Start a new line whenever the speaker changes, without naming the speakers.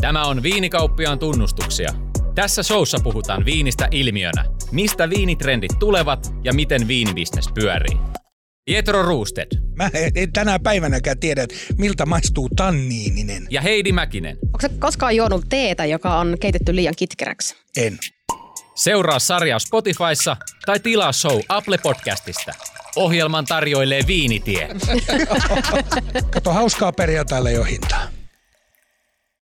Tämä on Viinikauppiaan tunnustuksia. Tässä showssa puhutaan viinistä ilmiönä, mistä viinitrendit tulevat ja miten viinibisnes pyörii. Pietro Roosted
Mä en- en tänä päivänäkään tiedä, että miltä maistuu tanniininen.
ja Heidi Mäkinen.
Onko sä koskaan juonut teetä, joka on keitetty liian kitkeräksi?
En.
Seuraa sarjaa Spotifyssa tai tilaa show Apple Podcastista. Ohjelman tarjoilee Viinitie.
Kato, hauskaa perjantaille jo hintaa.